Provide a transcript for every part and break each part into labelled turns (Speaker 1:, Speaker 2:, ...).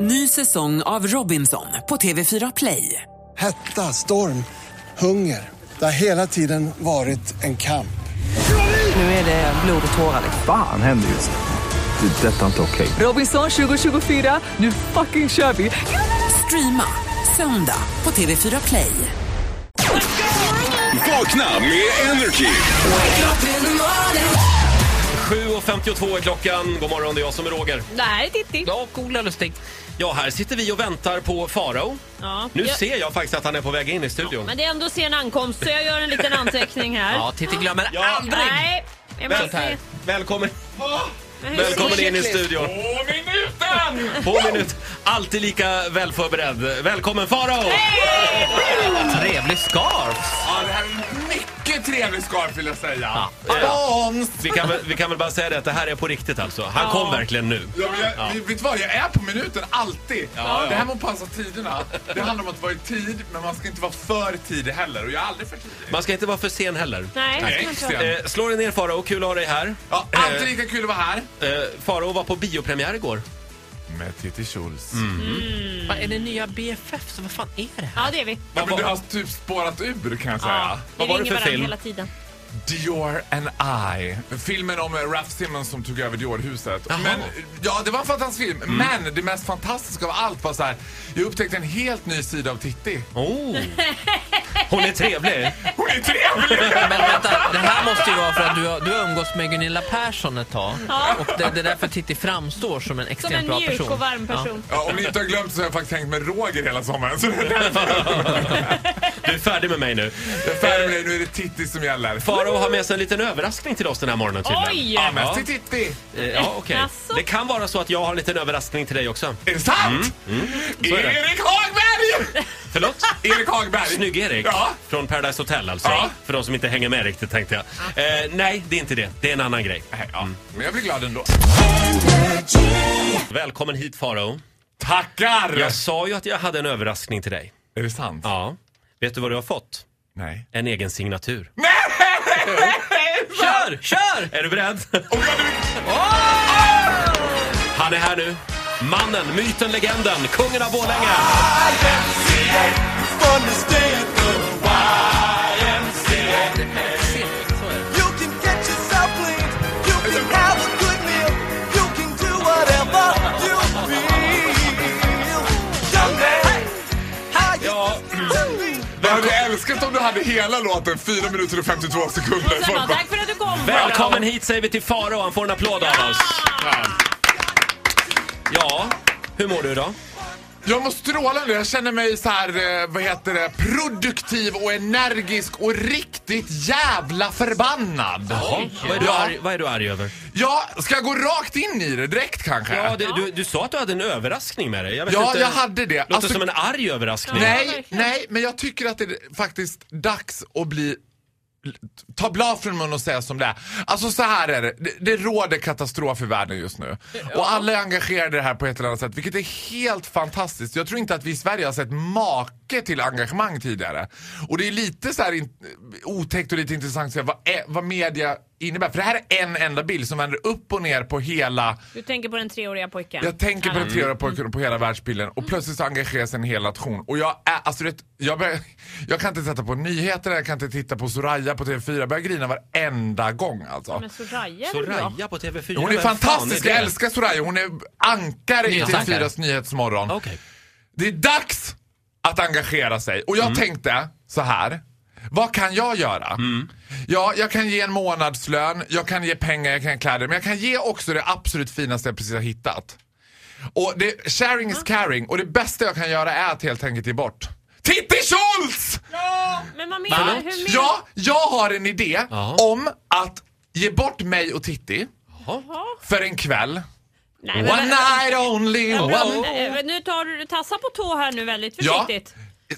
Speaker 1: Ny säsong av Robinson på TV4 Play.
Speaker 2: Hetta, storm, hunger. Det har hela tiden varit en kamp.
Speaker 1: Nu är det blod och tårar.
Speaker 3: Fan händer just nu. Det. är Detta är inte okej.
Speaker 1: Robinson 2024, nu fucking kör vi! Streama söndag på TV4 Play.
Speaker 4: Vakna med Energy.
Speaker 5: 7.52 är klockan. God morgon, det är jag som är Roger.
Speaker 6: Nej, Titti.
Speaker 5: Ja, Ola Lustig. Ja, här sitter vi och väntar på Farao.
Speaker 6: Ja.
Speaker 5: Nu
Speaker 6: Jag-
Speaker 5: ser jag faktiskt att han är på väg in i studion.
Speaker 6: Men det är ändå sen ankomst, så jag gör en liten anteckning här.
Speaker 7: Ja, Titti glömmer
Speaker 5: Ja.
Speaker 7: aldrig.
Speaker 6: Nej, jag
Speaker 5: Väl-
Speaker 6: måste... Men
Speaker 5: Välkommen,
Speaker 6: hur ser-
Speaker 5: välkommen in i studion. På minut. Alltid lika välförberedd. Välkommen Farao!
Speaker 7: Trevlig scarf.
Speaker 8: Ja, det här är en mycket trevlig scarf vill jag säga.
Speaker 5: Vi, kan väl- vi kan väl bara säga det att det här är på riktigt alltså. Han kom verkligen nu.
Speaker 8: Ja, men jag, Vet du vad, jag är på minuten alltid.
Speaker 5: Ja, ja.
Speaker 8: Det här med att passa tiderna, det handlar om att vara i tid men man ska inte vara för tidig heller och jag är aldrig för tidig.
Speaker 5: Man ska inte vara för sen heller.
Speaker 6: Nej,
Speaker 8: Nej,
Speaker 6: kanske
Speaker 8: Sten.
Speaker 5: Eh, slå dig ner Farao, kul att ha dig här.
Speaker 8: Ja, alltid lika kul att vara här.
Speaker 5: Eh, Farao var på biopremiär igår.
Speaker 8: Med Titti Schultz.
Speaker 7: Vad är det nya BFF? Så vad fan är det här?
Speaker 6: Ja, det är vi.
Speaker 8: Ja, men du har typ spårat ur kan jag säga.
Speaker 6: Vi
Speaker 5: Vad var det
Speaker 6: ringer
Speaker 5: för
Speaker 6: varandra
Speaker 5: film?
Speaker 6: hela tiden.
Speaker 8: Dior and I. Filmen om eh, Ralph Simmons som tog över Dior-huset. Men, ja, det var en fantastisk film. Men det mest fantastiska av allt var så här. Jag upptäckte en helt ny sida av Titti.
Speaker 5: Oh. Hon är trevlig.
Speaker 8: Hon är trevlig!
Speaker 7: Men vänta, det här måste ju vara för att du har, du har umgåtts med Gunilla Persson ett tag.
Speaker 6: Ja.
Speaker 7: Och det, det är därför Titti framstår som en
Speaker 6: Som
Speaker 7: extremt
Speaker 6: en
Speaker 7: bra
Speaker 6: mjuk
Speaker 7: person.
Speaker 6: och varm person.
Speaker 8: Ja, om ni inte har glömt så har jag faktiskt hängt med Roger hela sommaren. Så det är därför
Speaker 5: Du är färdig med mig nu.
Speaker 8: jag är färdig med det. Nu är det Titti som gäller.
Speaker 5: Farao har med sig en liten överraskning till oss den här morgonen tydligen.
Speaker 6: Oj!
Speaker 8: Ja, mest till Titti.
Speaker 5: Eh, Ja, okej.
Speaker 6: Jaså?
Speaker 5: Det kan vara så att jag har en liten överraskning till dig också.
Speaker 8: Är det sant?
Speaker 5: Så är det.
Speaker 8: Erik Hagberg!
Speaker 5: Förlåt?
Speaker 8: Erik Hagberg.
Speaker 5: Snygg-Erik
Speaker 8: Ja.
Speaker 5: från Paradise Hotel alltså.
Speaker 8: Ja.
Speaker 5: För de som inte hänger med riktigt tänkte jag. Eh, nej, det är inte det. Det är en annan grej.
Speaker 8: Nej, Ja, Mm. men jag blir glad ändå.
Speaker 5: Välkommen hit Farao.
Speaker 8: Tackar!
Speaker 5: Jag sa ju att jag hade en överraskning till dig.
Speaker 8: Är det sant?
Speaker 5: Ja. Vet du vad du har fått?
Speaker 8: Nej.
Speaker 5: En egen signatur.
Speaker 7: Kör! Kör!
Speaker 5: Är du beredd? Oh!
Speaker 8: Och Oh, jag, du,
Speaker 5: Han är här nu. Mannen, myten, legenden, kungen av Borlänge.
Speaker 8: Ah! jag hade älskat om du hade hela låten 4 minuter och 52 sekunder.
Speaker 6: Och sen bara,
Speaker 8: Folk bara,
Speaker 6: tack för att du kom.
Speaker 5: Välkommen hit säger vi till Farao. Han får en applåd av oss. Ja, hur mår du idag?
Speaker 8: Jag mår strålande. Jag känner mig så här, eh, vad heter det, produktiv och energisk och riktigt jävla förbannad.
Speaker 5: Vad är, du arg, vad är du arg över?
Speaker 8: Ja, ska jag gå rakt in i det direkt kanske?
Speaker 5: Ja, det, du, du sa att du hade en överraskning med dig. Jag vet
Speaker 8: Ja,
Speaker 5: inte,
Speaker 8: jag hade det.
Speaker 5: Låter
Speaker 8: Alltså-
Speaker 5: som en arg överraskning.
Speaker 6: Ja,
Speaker 8: Nej,
Speaker 6: verkligen.
Speaker 8: nej, men jag tycker att det är faktiskt dags att bli Ta blad från mun och säga som det är. Alltså så här är det. det. Det råder katastrof i världen just nu. Och alla är engagerade i det här på ett eller annat sätt. Vilket är helt fantastiskt. Jag tror inte att vi i Sverige har sett make till engagemang tidigare. Och det är lite så här in, otäckt och lite intressant att se vad, är, vad media innebär. För det här är en enda bild som vänder upp och ner på hela
Speaker 6: Du tänker på den treåriga pojken.
Speaker 8: jag tänker på den treåriga pojken på hela världsbilden och plötsligt så engageras en hel nation. Och jag är, alltså det, jag, börjar, jag kan inte titta på nyheterna, jag kan inte titta på Soraya på TV4. Jag börjar grina varenda gång alltså.
Speaker 6: Men Soraya är väl bra?
Speaker 5: Soraya på TV4.
Speaker 8: Hon är
Speaker 5: vem fan
Speaker 8: fantastisk,
Speaker 5: är det?
Speaker 8: jag älskar Soraya. Hon är ankare i
Speaker 7: Nyhetsankare.
Speaker 8: TV4s Nyhetsmorgon.
Speaker 5: Okej.
Speaker 8: Det är dags att engagera sig. Och jag
Speaker 6: Mm.
Speaker 8: tänkte så här. Vad kan jag göra?
Speaker 6: Mm.
Speaker 8: Ja, jag kan ge en månadslön, jag kan ge pengar, jag kan ge kläder. Men jag kan ge också det absolut finaste jag precis har hittat. Och det, sharing is caring. Och det bästa jag kan göra är att helt enkelt ge bort. Titti Schultz!
Speaker 6: Men vad menar du?
Speaker 5: Förlåt?
Speaker 6: Hur menar
Speaker 8: Ja, jag har en idé
Speaker 5: Jaha.
Speaker 8: om att ge bort mig och Titti för en kväll.
Speaker 6: Nej, men-
Speaker 8: One night only, one
Speaker 6: Nej, men Eh, Nu tar du tassa på tå här nu väldigt
Speaker 8: Ja.
Speaker 6: försiktigt.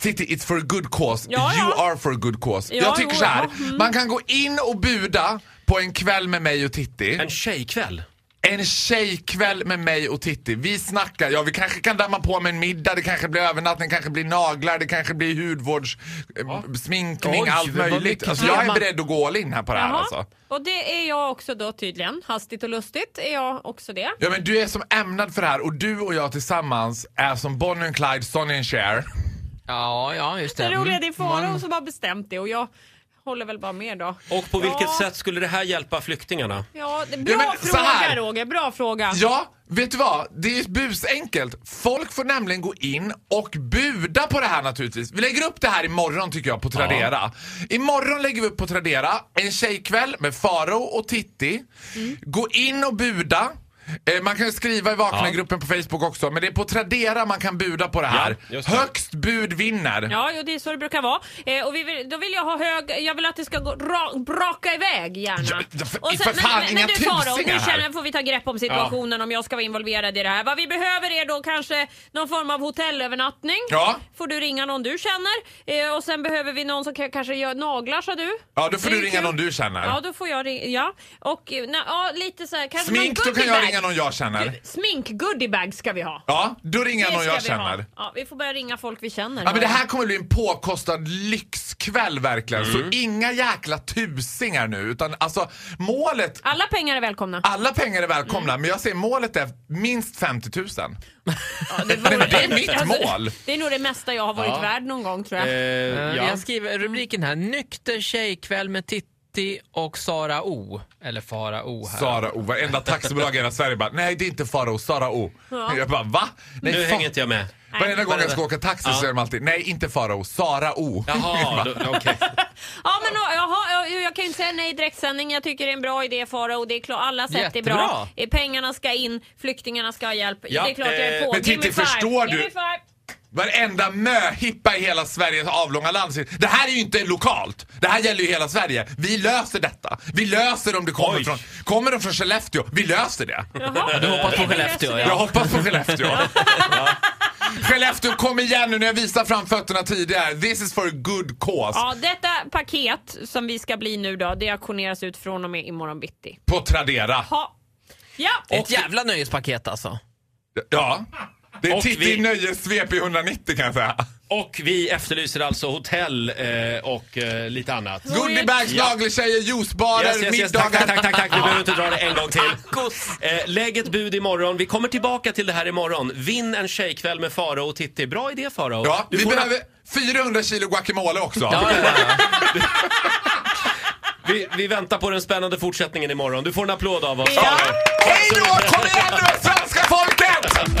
Speaker 8: Titti, it's for a good cause.
Speaker 6: Ja,
Speaker 8: you
Speaker 6: ja.
Speaker 8: are for a good cause.
Speaker 6: Ja,
Speaker 8: jag tycker
Speaker 6: jo,
Speaker 8: så här.
Speaker 6: ja, mm.
Speaker 8: man kan gå in och buda på en kväll med mig och Titti.
Speaker 5: En tjejkväll.
Speaker 8: En tjejkväll med mig och Titti. Vi snackar, ja vi kanske kan damma på med en middag, det kanske blir övernattning, det kanske blir naglar, det kanske blir hudvårds, eh, sminkning,
Speaker 7: Oj,
Speaker 8: allt
Speaker 7: vad
Speaker 8: möjligt.
Speaker 7: mycket
Speaker 8: Alltså, jag är
Speaker 7: tema.
Speaker 8: beredd att gå all in här på det här
Speaker 6: Jaha.
Speaker 8: alltså.
Speaker 6: Och det är jag också då tydligen. Hastigt och lustigt är jag också det.
Speaker 8: Ja men du är som ämnad för det här och du och jag tillsammans är som Bonnie and Clyde, Sonny and Cher.
Speaker 7: Ja, ja, just det.
Speaker 8: Mm.
Speaker 7: Mm.
Speaker 6: Det roliga är det är Farao
Speaker 7: Man-
Speaker 6: som har bestämt det och jag håller väl bara med då.
Speaker 9: Och på vilket
Speaker 6: Ja.
Speaker 9: sätt skulle det här hjälpa flyktingarna?
Speaker 6: Ja, det, bra
Speaker 8: Ja, men så här.
Speaker 6: fråga Roger, bra fråga.
Speaker 8: Ja, vet du vad? Det är ju busenkelt. Folk får nämligen gå in och buda på det här naturligtvis. Vi lägger upp det här imorgon tycker jag på Tradera. Imorgon lägger vi upp på Tradera en tjejkväll med Faro och Titti.
Speaker 6: Mm.
Speaker 8: Gå in och buda. Eh, Man kan ju skriva i Vakna-gruppen på Facebook också, men det är på Tradera man kan buda på det här.
Speaker 9: Ja, just det.
Speaker 8: Högst bud vinner.
Speaker 6: Ja, jo, det är så det brukar vara. Eh, och vi vill, då vill jag ha hög... Jag vill att det ska gå, ra, braka iväg gärna.
Speaker 8: Ja, ja, för-
Speaker 6: och
Speaker 8: för fan,
Speaker 6: men,
Speaker 8: inga
Speaker 6: men du Farao,
Speaker 8: tusingar
Speaker 6: nu
Speaker 8: här.
Speaker 6: känner, får vi ta grepp om situationen om jag ska vara involverad i det här. Vad vi behöver är då kanske någon form av hotellövernattning.
Speaker 8: Ja.
Speaker 6: Får du ringa någon du känner. Eh, och sen behöver vi någon som k- kanske gör naglar sa du.
Speaker 8: Ja, då får
Speaker 6: Det är
Speaker 8: du ringa
Speaker 6: kul.
Speaker 8: någon du känner.
Speaker 6: Ja, då får jag ringa. Ja. Och eh, na, ja, lite så här, kanske
Speaker 8: Smink,
Speaker 6: någon
Speaker 8: då kan jag
Speaker 6: goodiebag.
Speaker 8: ringa någon jag känner.
Speaker 6: Smink goodiebag ska vi ha.
Speaker 8: Ja, då ringer jag
Speaker 6: Det
Speaker 8: någon
Speaker 6: ska
Speaker 8: jag
Speaker 6: vi ha.
Speaker 8: känner.
Speaker 6: Ja, vi får börja ringa folk vi känner.
Speaker 8: Ja, men det här kommer bli en påkostad lyxkväll verkligen.
Speaker 9: Mm.
Speaker 8: Så inga jäkla tusingar nu. Utan alltså målet,
Speaker 6: Alla pengar är välkomna.
Speaker 8: alla pengar är välkomna.
Speaker 9: Mm.
Speaker 8: Men jag säger målet är minst 50 000.
Speaker 6: det, vore-
Speaker 8: Men det är mitt
Speaker 9: Alltså-
Speaker 8: mål.
Speaker 6: Det är nog det mesta jag har varit
Speaker 5: Ja.
Speaker 6: värd någon gång tror jag.
Speaker 7: Eh,
Speaker 5: ja.
Speaker 7: Jag skriver rubriken här, Nykter tjejkväll med Titti och Sara O. Eller Fara O här.
Speaker 8: Sara O. Varenda taxibolag i hela Sverige bara, nej det är inte Farao, Sara O.
Speaker 6: Ja.
Speaker 8: Jag bara, va? Nej,
Speaker 9: Nu
Speaker 8: fan.
Speaker 9: hänger inte jag med.
Speaker 8: Varenda gång jag ska åka taxi så säger de alltid, nej inte Farao, Sara O.
Speaker 5: Jaha, då- okej.
Speaker 6: Ja, men, då- jaha, jag, jag kan ju inte säga nej i direktsändning. Jag tycker det är en bra idé Farao. och det är klart, alla sätt är bra.
Speaker 7: Jättebra.
Speaker 6: Eh, Pengarna ska in, flyktingarna ska ha hjälp.
Speaker 5: Ja,
Speaker 6: det är klart jag är
Speaker 5: eh,
Speaker 6: på.
Speaker 8: men
Speaker 6: Give me
Speaker 8: Titti,
Speaker 6: five.
Speaker 8: förstår
Speaker 6: Give
Speaker 8: du?
Speaker 6: me five.
Speaker 8: Varenda möhippa i hela Sveriges avlånga land säger, det här är ju inte lokalt. Det här gäller ju hela Sverige. Vi löser detta. Vi löser om det kommer
Speaker 9: Oj.
Speaker 8: från... Kommer de från Skellefteå? Vi löser det.
Speaker 6: Jaha.
Speaker 7: Du hoppas på Skellefteå,
Speaker 6: Det löser vi.
Speaker 8: Jag hoppas på Skellefteå. Skellefteå, kom igen nu när jag visar fram fötterna tidigare. This is for a good cause.
Speaker 6: Ja, detta paket som vi ska bli nu då, det auktioneras ut från och med imorgon bitti.
Speaker 8: På Tradera.
Speaker 6: Ha. Ja,
Speaker 7: Ett jävla nöjespaket alltså.
Speaker 8: Ja. Det är
Speaker 9: Och
Speaker 8: Titti
Speaker 9: vi-
Speaker 8: Nöjessvep i 190 kan jag säga.
Speaker 5: Och vi efterlyser alltså hotell eh, och eh, lite annat.
Speaker 8: Goodiebags,
Speaker 5: Ja.
Speaker 8: nageltjejer, juicebarer,
Speaker 5: Yes, yes, yes. Tack,
Speaker 8: middagar.
Speaker 5: tack, tack, tack, tack. Vi behöver inte dra det en gång till. Eh, lägg ett bud imorgon. Vi kommer tillbaka till det här imorgon. Vinn en tjejkväll med Farao och Titti. Bra idé Farao.
Speaker 8: Ja,
Speaker 5: Du
Speaker 8: vi
Speaker 5: får en app-
Speaker 8: behöver 400 kilo guacamole också.
Speaker 5: vi, vi väntar på den spännande fortsättningen imorgon. Du får en applåd av oss.
Speaker 6: Ja.
Speaker 5: Farao.
Speaker 8: Hej då! Kom igen nu svenska folket!